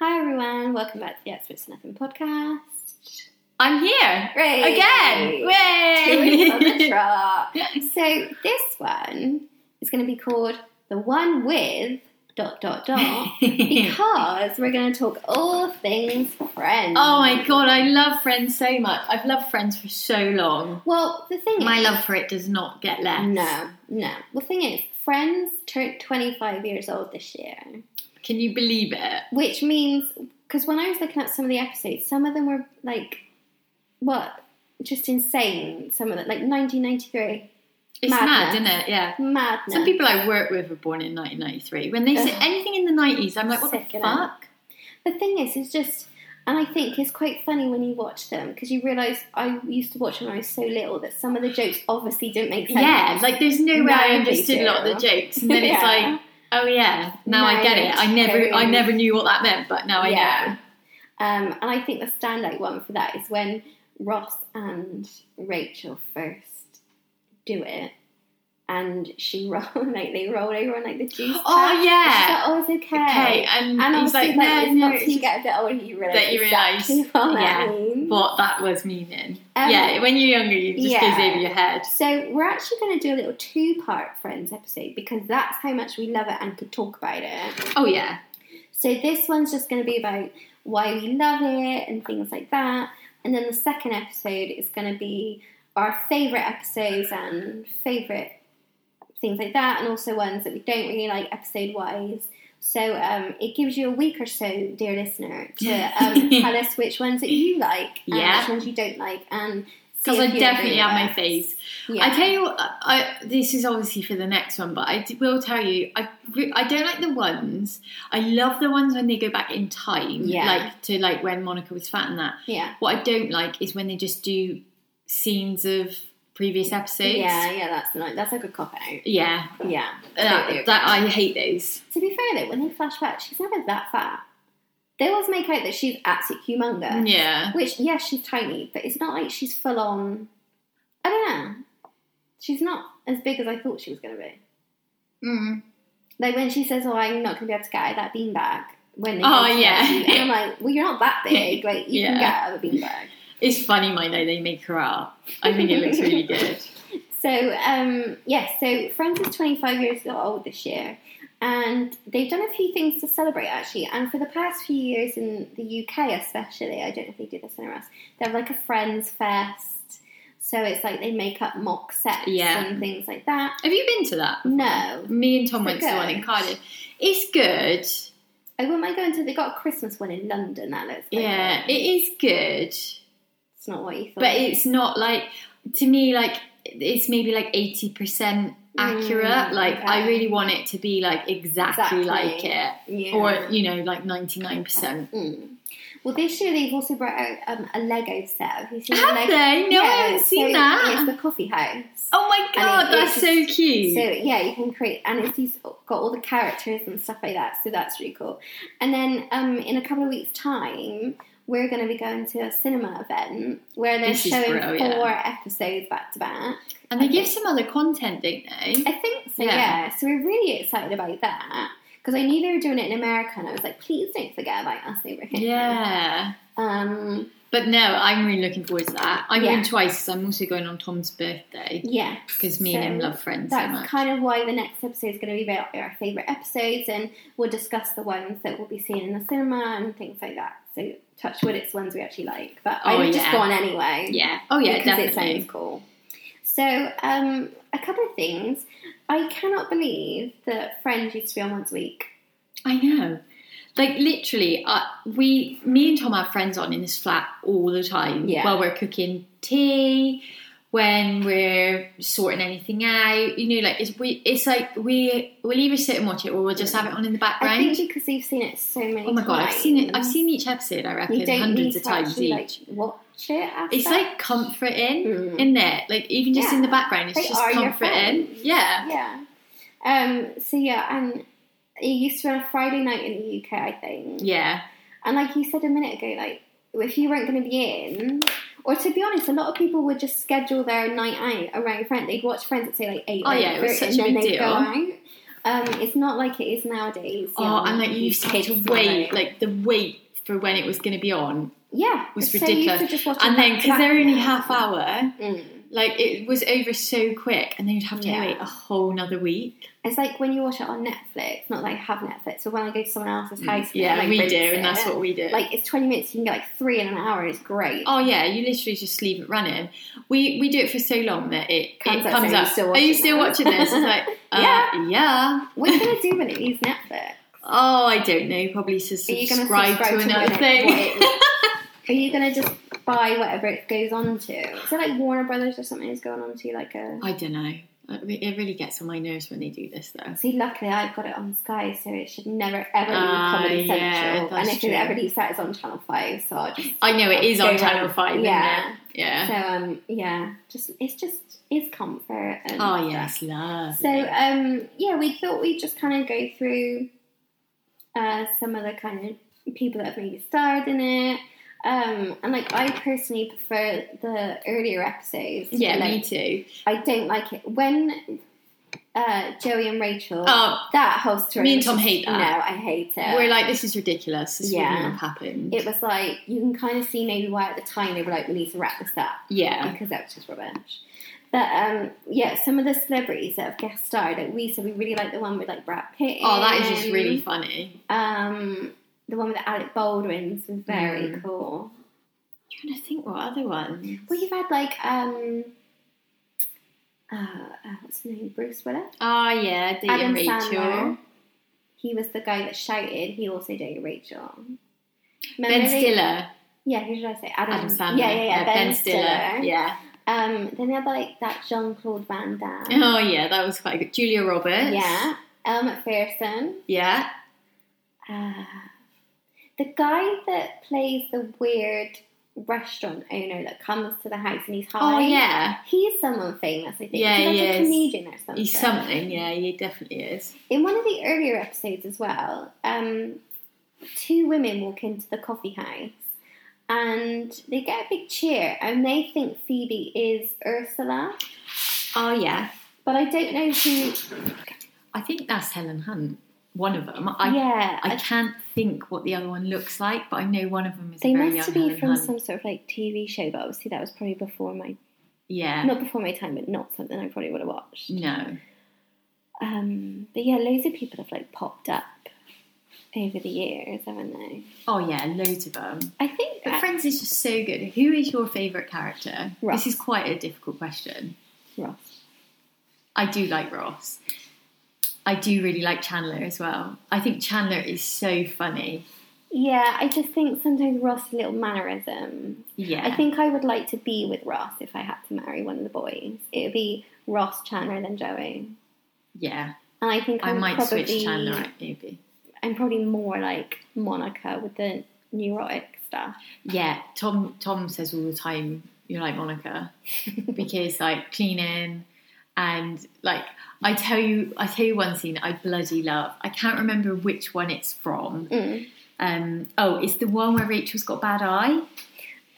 Hi everyone, welcome back to the Experts Nothing podcast. I'm here Great. again. Two weeks on the Yay! trot. So this one is going to be called the one with dot dot dot because we're going to talk all things friends. oh my god, I love Friends so much. I've loved Friends for so long. Well, the thing My is, love for it does not get less. No, no. The thing is, Friends turned 25 years old this year, Can you believe it? which means because when I was looking at some of the episodes, some of them were like what just insane. Some of them, like 1993, It's mad, Madness. isn't it? Yeah. madness. Some people I work with were born in 1993. When they say Ugh. anything in the 90s, I'm like, what Sick, the innit? fuck? The thing is, it's just, and I think it's quite funny when you watch them because you realise I used to watch them when I was so little that some of the jokes obviously didn't make sense. Yeah, like there's no way I Now they understood a lot of the do. jokes, and then Yeah. it's like, oh yeah, now Now I get they it. I never, I do. never knew what that meant, but now oh, I know. Um, and I think the standout one for that is when Ross and Rachel first do it, and she roll like they roll over on like the juice. Oh, tap. yeah. She's like, oh, it's okay. Okay, and, And he's obviously, like, like, no, it's no, not till it's you get a bit older you realize that you realise, exactly what that yeah, means. what that was meaning. Um, yeah, when you're younger, you just yeah. goes over your head. So we're actually going to do a little two-part Friends episode because that's how much we love it and could talk about it. Oh yeah, So this one's just going to be about why we love it and things like that, and then the second episode is going to be our favourite episodes and favourite things like that, and also ones that we don't really like episode-wise. So um, it gives you a week or so, dear listener, to um, tell us which ones that you like and Yeah. which ones you don't like, and see because I if you definitely agree have with my us. phase. Yeah. I tell you, what, I, I, this is obviously for the next one, but I d- will tell you, I re- I don't like the ones. I love the ones when they go back in time, Yeah. like to like when Monica was fat and that. yeah. What I don't like is when they just do scenes of previous episodes. Yeah, yeah, that's annoying. That's like a cop out. yeah, Yeah. Totally that, that agree. I hate those. to be fair though, when they flash back, she's never that fat. They always make out that she's absolutely humongous. Yeah, Which, yes, she's tiny, but it's not like she's full on. I don't know. She's not as big as I thought she was going to be. mm. Like when she says, "Oh, I'm not going to be able to get out of that beanbag." When they Oh, go to yeah. that bean- and I'm like, well, you're not that big. Like you can Yeah. get out of a beanbag. it's funny, mine though. They make her up. I think it looks really good. So, um, yes, so Friends is 25 years old this year, and they've done a few things to celebrate actually. And for the past few years in the UK, especially, I don't know if they do this anywhere else, they have like a Friends Fest. So it's like they make up mock sets Yeah. and things like that. Have you been to that? No, Me and Tom Is it went to the one in good? Cardiff. It's good. I wouldn't mind going to. They got a Christmas one in London. That looks like Yeah, it. it is good, it's not what you thought. but it's not like to me like it's maybe like eighty percent accurate. Mm, like I okay. really want it to be like exactly, Exactly. like it, yeah. or you know, like ninety nine percent. Mm. Well, this year they've also brought out um, a Lego set. Have you seen the Have Lego? they? No, I Yeah, haven't so seen that. It's the coffee house. Oh my god, it- that's it's so So cute. yeah, you can create, and it's these, got all the characters and stuff like that. So that's really cool. And then um, in a couple of weeks' time, we're going to be going to a cinema event where they're This is showing bro, yeah. four episodes back to back. and they I give think- some other content, don't they? I think so. Yeah. Yeah. So we're really excited about that because I knew they were doing it in America, and I was like, please don't forget about us over here. Yeah. Um. But no, I'm really looking forward to that. I'm Yeah. going twice because I'm also going on Tom's birthday Yeah. because me and him So love friends so That's much. kind of why the next episode is going to be about our favourite episodes, and we'll discuss the ones that we'll be seeing in the cinema and things like that. So, touch wood, it's ones we actually like, but I Oh, would just yeah. go on anyway. yeah. Oh yeah, because definitely. it sounds cool. So, um, a couple of things. I cannot believe that Friends used to be on once a week. I know. Like literally, uh, we, me and Tom have friends on in this flat all the time. Yeah. While we're cooking tea, when we're sorting anything out, you know, like it's we, it's like we we'll either sit and watch it or we'll just have it on in the I background. think because they've seen it so many. oh my god, I've seen it. I've times, seen each episode. I reckon You don't hundreds need of to times actually, each. like, watch it. After. it's like comforting, Mm. isn't it? Like even just in the Yeah. background, it's They just are your comforting. friends. Yeah. Yeah. Um, so yeah, and it used to be on a Friday night in the UK, I think. Yeah. And like you said a minute ago, like if you weren't going to be in, or to be honest, a lot of people would just schedule their night out around Friends. They'd watch Friends at say like eight. Oh, or yeah, it was 8:30, such a and big then they'd deal. Go out. Um, it's not like it is nowadays. Oh, young and like you used to have to kids wait, nowadays. like the wait for when it was going to be on yeah, was so You ridiculous. could just watch and it then back to because they're back only now. half hour, Mm. like it was over so quick, and then you'd have to Yeah. wait a whole another week. It's like when you watch it on Netflix. Not that I have Netflix, but when I go to someone else's house, and Mm, yeah, like we rent do, and that's it, what we do. Like it's twenty minutes. You can get like three in an hour. It's great. Oh yeah, you literally just leave it running. We we do it for so long that it Comes it up comes saying, up. "Still Are you watching still that?" watching this? It's like uh, yeah, Yeah. yeah. What are you gonna do when it leaves Netflix? Oh, I don't know. Probably to Are you gonna subscribe, to subscribe to what another it- thing. what it- Are you gonna just buy whatever it goes on to? Is it like Warner Brothers or something is going on to like a? I don't know. It re- it really gets on my nerves when they do this, though. See, luckily I've got it on Sky, so it should never ever leave Ah, Comedy yeah, Central. that's and if true. it ever leaves that, it's on Channel Five. So I'll just I know it is on Go Channel on. Five. Yeah. Isn't it? Yeah. so um yeah, just it's just it's comfort. And oh yes, love. So um, yeah, we thought we'd just kind of go through uh, some of the kind of people that have maybe starred in it. Um, and like I personally prefer the earlier episodes. yeah, like, me too. I don't like it when uh, Joey and Rachel. Oh, that whole story. Me and was Tom just- hate that. No, I hate it. we're like this is ridiculous. This Yeah. wouldn't have happened. it was like you can kind of see maybe why at the time they were like we need to wrap this up yeah. because that was just rubbish. But um, yeah, some of the celebrities that have guest starred, like we said, we really like the one with like Brad Pitt. Oh, that is just in. really funny. Um, the one with Alec Baldwin's was very Mm. cool. trying to think what other ones. Well, you've had like um, uh, uh, what's his name, Bruce Willis, Oh yeah, dating Adam Rachel. Sandler. He was the guy that shouted. He also dated Rachel. Remember Ben they- Stiller. Yeah, who should I say? Adam, Adam Sandler. Yeah, yeah, yeah. Ben, Stiller. Yeah. Um, then they had like that Jean Claude Van Damme. Oh yeah, that was quite good. Julia Roberts. Yeah. Elle McPherson. Yeah. Uh, the guy that plays the weird restaurant owner that comes to the house and he's high. Oh yeah. He's someone famous, I think. Yeah, he's like he a is. comedian or something. He's something. Yeah, he definitely is. In one of the earlier episodes as well, um, two women walk into the coffee house and they get a big cheer and they think Phoebe is Ursula, Oh yeah. but I don't know who. I think that's Helen Hunt. One of them. I yeah, I can't think what the other one looks like, but I know one of them is a They very must young be Helen from Hunt. some sort of like TV show, but obviously that was probably before my Yeah. not before my time, but not something I probably would have watched. No. Um, but yeah, loads of people have like popped up over the years, haven't they? Oh yeah, loads of them. I think But that, Friends is just so good. Who is your favourite character? Ross. This is quite a difficult question. Ross. I do like Ross. I do really like Chandler as well. I think Chandler is so funny. Yeah, I just think sometimes Ross's little mannerism. Yeah. I think I would like to be with Ross if I had to marry one of the boys. It would be Ross, Chandler, then Joey. yeah. And I think I I'm might probably, switch Chandler out maybe. I'm probably more like Monica with the neurotic stuff. Yeah. Tom Tom says all the time, you're like Monica. because like cleaning and like I tell you I tell you one scene I bloody love. I can't remember which one it's from. Mm. Um oh it's the one where Rachel's got a bad eye.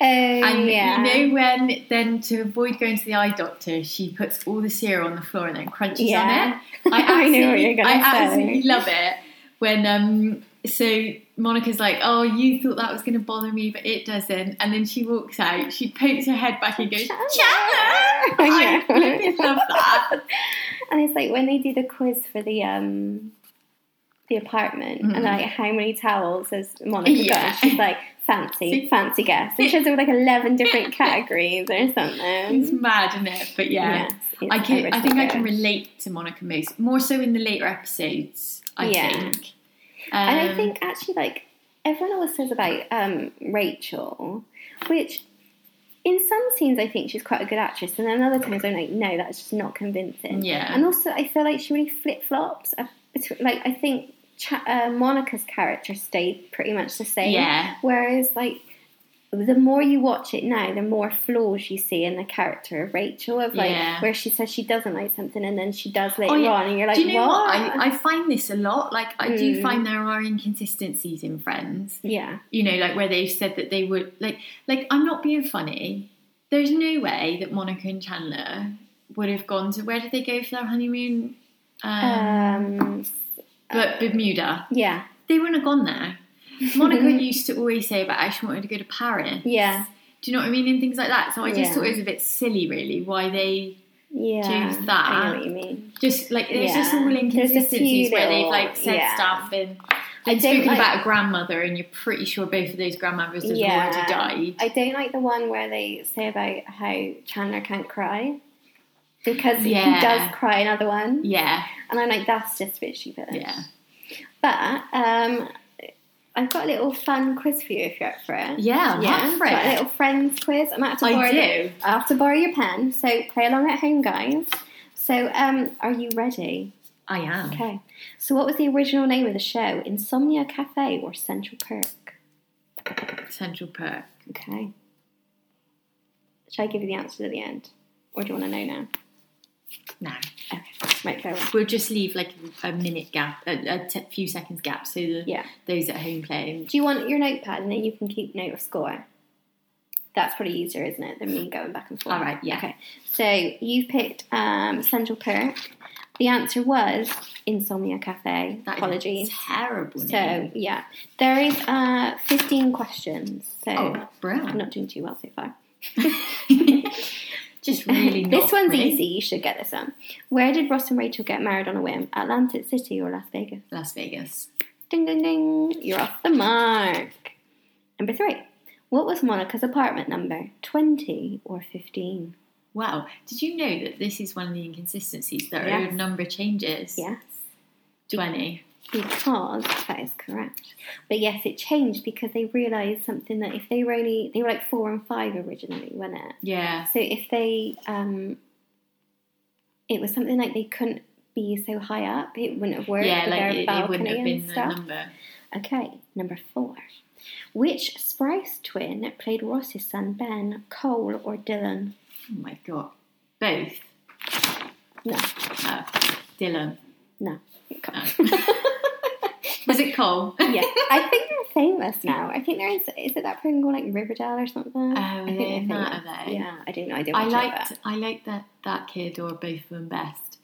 Oh, And yeah. you know when then to avoid going to the eye doctor, she puts all the cereal on the floor and then crunches on Yeah. it. I I absolutely, know what you're gonna I say. absolutely love it when um so Monica's like, "Oh, you thought that was going to bother me, but it doesn't." And then she walks out. She pokes her head back and goes, "Chandler!" I I know. flipping love that. And it's like when they do the quiz for the um the apartment Mhm. and like how many towels has Monica got? Yeah. And she's like fancy, fancy guess. And she has like eleven different categories or It's something. mad, isn't it? But yeah, Yes, it's I can. ever I think I can so good. relate to Monica most, more so in the later episodes. I Yeah. think. and I Um, think actually like everyone always says about um Rachel, which in some scenes I think she's quite a good actress, and then other times I'm like, no, that's just not convincing. Yeah. And also, I feel like she really flip flops. Like, I think Cha- uh, Monica's character stayed pretty much the same. Yeah. Whereas, like, the more you watch it now, the more flaws you see in the character of Rachel, of like Yeah. where she says she doesn't like something and then she does later Oh, yeah. on, and you're like, do you know what? what? I, I find this a lot. Like, I do Mm. find there are inconsistencies in Friends. yeah, You know, like where they've said that they would like, like I'm not being funny. There's no way that Monica and Chandler would have gone to where did they go for their honeymoon? Um, Um, but Bermuda, yeah, they wouldn't have gone there. Monica used to always say, but I actually wanted to go to Paris. yeah, Do you know what I mean? And things like that. So I just Yeah. thought it was a bit silly, really, why they yeah. Choose I that. know what you mean. just like there's just Yeah. all There's a few inconsistencies where they've little- like said yeah. stuff and I they've don't spoken like- about a grandmother, and you're pretty sure both of those grandmothers have Yeah. already died. I don't like the one where they say about how Chandler can't cry because Yeah. he does cry another one, Yeah, and I'm like, that's just a bit stupid. yeah, But um, I've got a little fun quiz for you if you're up for it. yeah. I'm up for got a it. little friends quiz. I'm out to borrow I the- do. I have to borrow your pen, so play along at home, guys. So, um, are you ready? I am. Okay. So, what was the original name of the show? Insomnia Cafe or Central Perk? Central Perk. Okay. Should I give you the answers at the end, or do you want to know now? No, Okay. Right, go on. we'll just leave like a minute gap, a, a t- few seconds gap, so the, Yeah. those at home playing. Do you want your notepad, and then you can keep note of score? That's probably easier, isn't it, than me going back and forth? All right, yeah. Okay. So you picked um, Central Perk. The answer was Insomnia Cafe. That is Apologies. a terrible. So name. yeah, there is uh, 15 questions. So oh, I'm brilliant. not doing too well so far. just really. Not this one's me. easy. You should get this one. Where did Ross and Rachel get married on a whim? Atlantic City or Las Vegas? Las Vegas. Ding ding ding! You're off the mark. Number three. What was Monica's apartment number? 20 or 15? Wow. Did you know that this is one of the inconsistencies that Yes. her number changes? Yes, 20. because that is correct. But yes, it changed because they realised something that if they were only, they were like four and five originally, weren't it? Yeah. So if they, um, it was something like they couldn't be so high up, it wouldn't have worked. yeah, with their like it, it balcony wouldn't have and been the stuff. number. Okay, number four. Which Sprouse twin played Ross's son Ben, Cole or Dylan? Oh my god. Both. No, Uh, Dylan. no. Cole. Oh. Was it Cole? yeah, I think they're famous now. I think they're in, is it that program called like Riverdale or something? Oh, I think they're in famous. that, are they? Yeah, I don't know. I didn't I watch it, liked I liked that, that kid or both of them best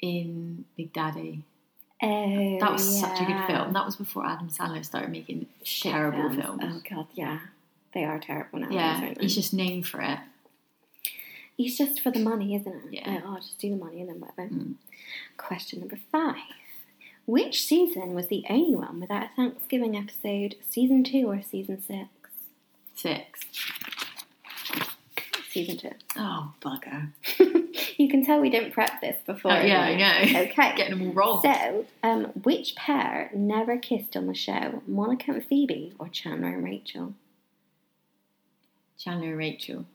in Big Daddy. but- Oh, That was such a good yeah. film. That was before Adam Sandler started making terrible Shit films. Oh god, yeah. They are terrible now. yeah, aren't they? he's just known for it. It's just for the money, isn't it? Yeah. Like, oh, I'll just do the money and then whatever. Mm. Question number five. Which season was the only one without a Thanksgiving episode? Season two or season six? Six. Season two. Oh bugger. you can tell we didn't prep this before. Oh, yeah, I know. Okay. Getting them all wrong. So, um, which pair never kissed on the show? Monica and Phoebe or Chandler and Rachel? Chandler and Rachel.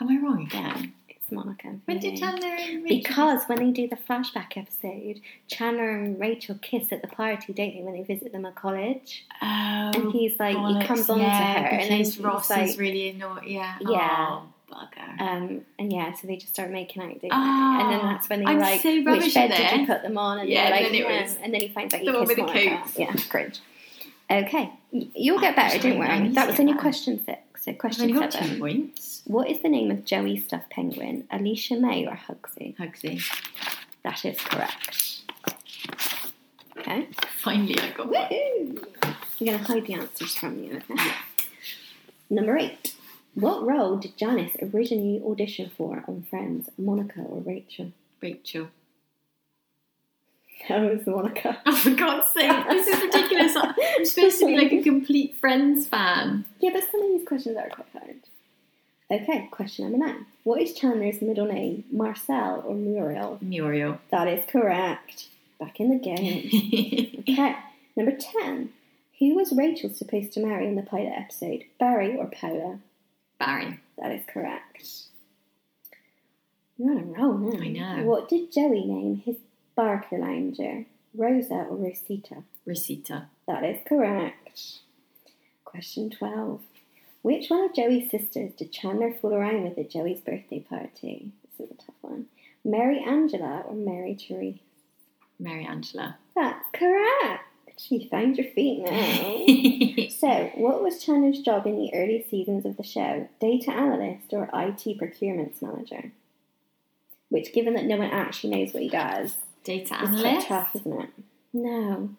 Am I wrong again? It's Monica and When Phoebe. did Chandler and Rachel? Because when they do the flashback episode, Chandler and Rachel kiss at the party, don't they, when they visit them at college? oh, And he's like, bollocks, he comes on yeah, to her, and then because she's Ross like, is really annoyed. Yeah. Yeah. Oh, bugger. um, and yeah, so they just start making out, don't they? Oh, and then that's when they I'm were like, so which rubbish bed at did you this. put them on? And Yeah, yeah, like, then it "No." was and then he finds out the he one kissed with the Monica. coats. Yeah, cringe. Okay, y- you'll get I better, actually don't don't worry. need That to was get only that. question six. So I've only question got seven. two points. What is the name of Joey stuffed penguin? Alicia May or Hugsy? Hugsy. That is correct. Okay. Finally, I got one. Woohoo! I'm going to hide the answers from you, okay? Number eight. What role did Janice originally audition for on Friends, Monica or Rachel? Rachel. That was Monica. Oh, for God's sake, this is ridiculous. I'm supposed to be like a complete Friends fan. Yeah, but some of these questions are quite hard. Okay, question number nine. What is Chandler's middle name, Marcel or Muriel? Muriel. That is correct. Back in the game. Okay, number 10. Who was Rachel supposed to marry in the pilot episode, Barry or Paula? Barry. That is correct. You're on a roll now. I know. What did Joey name his barker lounger? Rosa or Rosita? Rosita. That is correct. Question 12. Which one of Joey's sisters did Chandler fool around with at Joey's birthday party? This is a tough one. Mary Angela or Mary Therese? Mary Angela. That's correct. You found your feet now. So, what was Chandler's job in the early seasons of the show? Data analyst or IT procurements manager? Which, given that no one actually knows what he does, data It's analyst. quite tough, isn't it? No.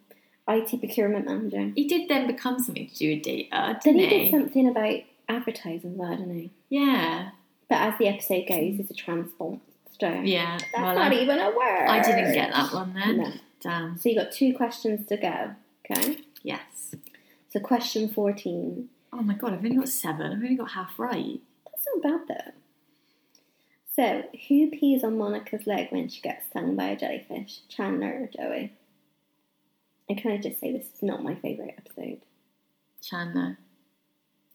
IT procurement manager. He did then become something to do with data, Then didn't he did something about advertising as well, didn't he? Yeah, But as the episode goes, he's a transport star. yeah. That's well, not I, even a word. I didn't get that one then. No. Damn. So you got two questions to go. Okay. Yes. So question fourteen. Oh my god, I've only got seven. I've only got half right. That's not bad though. So who pees on Monica's leg when she gets stung by a jellyfish? Chandler or Joey? And can I just say this is not my favourite episode? Chandler.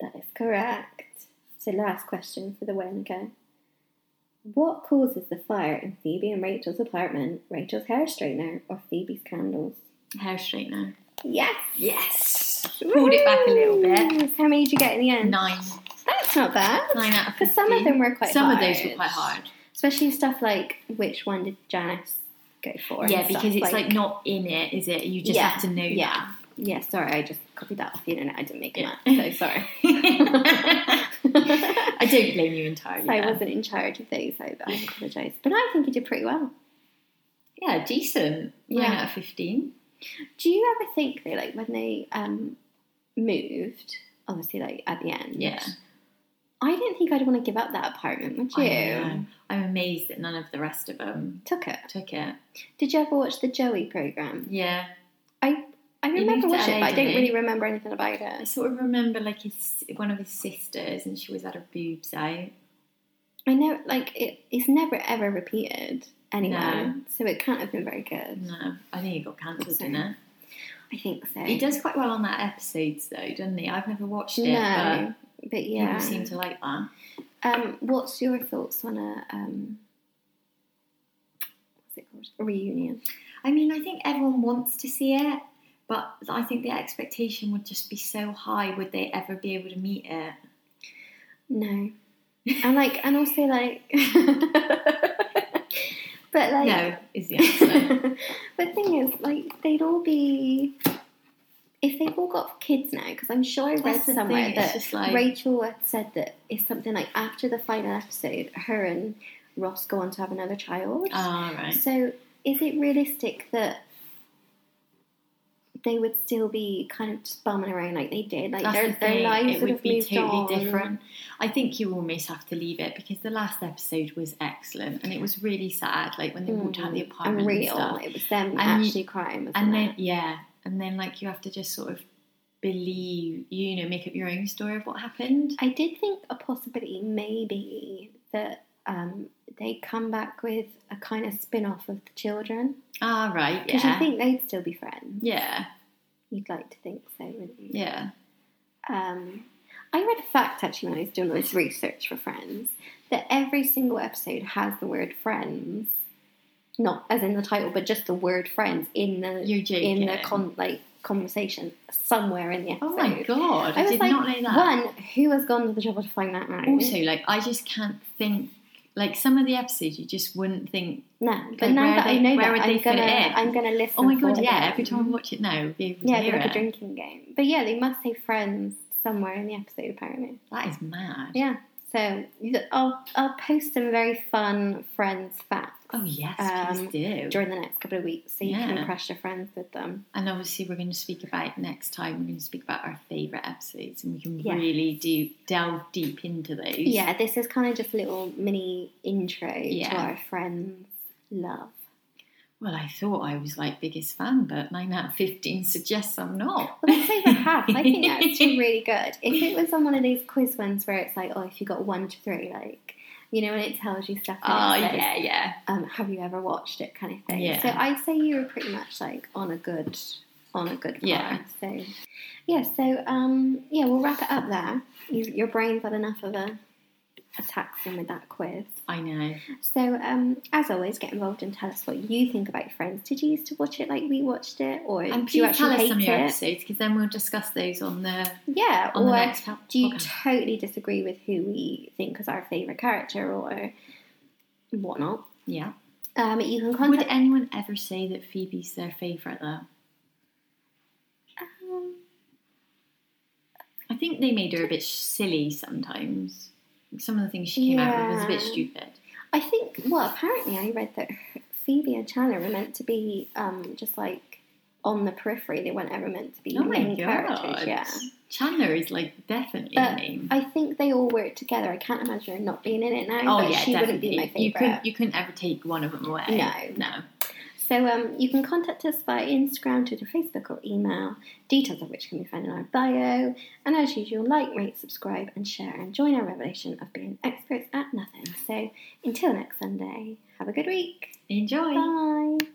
That is correct. So last question for the win, okay? What causes the fire in Phoebe and Rachel's apartment? Rachel's hair straightener or Phoebe's candles? Hair straightener. Yes! Yes. Pulled it back a little bit. Yes. How many did you get in the end? Nine. That's not bad. Nine out of Because some 50. of them were quite Some hard. of those were quite hard. Especially stuff like which one did Janice go for? and Yeah, stuff because it's like, not in it, is it? You just have to know. Yeah. Yeah, sorry, I just copied that off the internet. I didn't make it Yeah. up. So sorry. that. I don't blame you entirely. I there. wasn't in charge of those, I, I apologise. But I think you did pretty well. Yeah, decent. Nine Yeah. out of fifteen. Do you ever think though, like when they um, moved, obviously, like at the end? Yeah. I didn't think I'd want to give up that apartment. Would you? I know. I'm amazed that none of the rest of them Took it. took it. Did you ever watch the Joey program? Yeah, I He remember moved to watching it, LA, but I don't didn't really he? remember anything about I it. sort of remember like his one of his sisters, and she always had her boobs out. I know, like it, it's never ever repeated anyway, No. so it can't have been very good. No, uh, I think it got cancelled, So- didn't it? I think so. He does quite well on that episodes though, doesn't he? I've never watched it, no, but, but yeah. people seem to like that. Um, what's your thoughts on a um, what's it called? A reunion? I mean, I think everyone wants to see it, but I think the expectation would just be so high. Would they ever be able to meet it? No. And like, and also like, but like, no, is the answer. the thing is, like, they'd all be if they've all got kids now. Because I'm sure I read That's the somewhere thing, it's that just like- Rachel had said that it's something like after the final episode, her and Ross go on to have another child. All Ah, oh, right. So, is it realistic that they would still be kind of just bumming around like they did? Like That's their, the their thing, lives it would would have be moved totally on. different. I think you almost have to leave it because the last episode was excellent and it was really sad, like when they walked out of the apartment Mm, and and real. stuff. Mm-hmm. It was them And- actually crying. Wasn't And then it? yeah, and then like you have to just sort of believe, you know, make up your own story of what happened. I did think a possibility maybe that um, they come back with a kind of spin off of the children. All Ah, right, Because yeah, you think they'd still be friends. yeah, You'd like to think so, wouldn't you? yeah. Um, I read a fact actually when I was doing all this research for Friends that every single episode has the word friends, not as in the title, but just the word friends in the You're joking. in the con- like conversation somewhere in the episode. oh my god, I I, was did like, not know that. One, who has gone to the trouble to find that out? Also, like I just can't think. Like some of the episodes, you just wouldn't think. no, but like, now where that they- I know where that, would I'm they fit gonna it in? I'm gonna listen. Oh my for god, yeah! them. Every time I watch it now, I'll be able to yeah, it'd be hear like it. a drinking game. But yeah, they must say friends somewhere in the episode apparently. That is mad. Yeah. So you- I'll I'll post some very fun friends facts Oh yes, Um, please do. during the next couple of weeks, so you can Yeah. impress your friends with them. And obviously, we're going to speak about next time. We're going to speak about our favourite episodes, and we can Yeah. really do delve deep into those. Yeah, this is kind of just a little mini intro to Yeah. our friends' love. Well, I thought I was like biggest fan, but nine out of fifteen suggests I'm not. Well, that's over half. I think that's actually really good. If it was on one of these quiz ones where it's like, oh, if you got one to three, like. You know, and it tells you stuff. and Oh it says, yeah, yeah. Um, have you ever watched it? Kind of thing. Yeah. So I'd say you were pretty much like on a good, on a good. Par. Yeah. So, yeah. So um, yeah, we'll wrap it up there. You, your brain's had enough of a, a taxing with that quiz. I know. So, um, as always, get involved and tell us what you think about Friends. Did you used to watch it like we watched it, or And do you Um, please actually tell us hate some of your it? episodes because then we'll discuss those on the Yeah, on or the next po- do you podcast. totally disagree with who we think is our favourite character or whatnot? Yeah. Um, you can Would contact. anyone ever say that Phoebe's their favourite though? um, I think they made her a bit silly sometimes. Some of the things she came out with was a bit Yeah. stupid. I think. Well, apparently, I read that Phoebe and Chandler were meant to be um, just like on the periphery. They weren't ever meant to be Oh my main god. characters. Yeah. Chandler is like definitely But the name. I think they all work together. I can't imagine her not being in it now. oh but yeah, she definitely. wouldn't be my you favorite. couldn't you couldn't ever take one of them away. No. No. So um, you can contact us via Instagram, Twitter, Facebook, or email. Details of which can be found in our bio. And as usual, like, rate, subscribe, and share, and join our revelation of being experts at nothing. So until next Sunday, have a good week. Enjoy. Bye.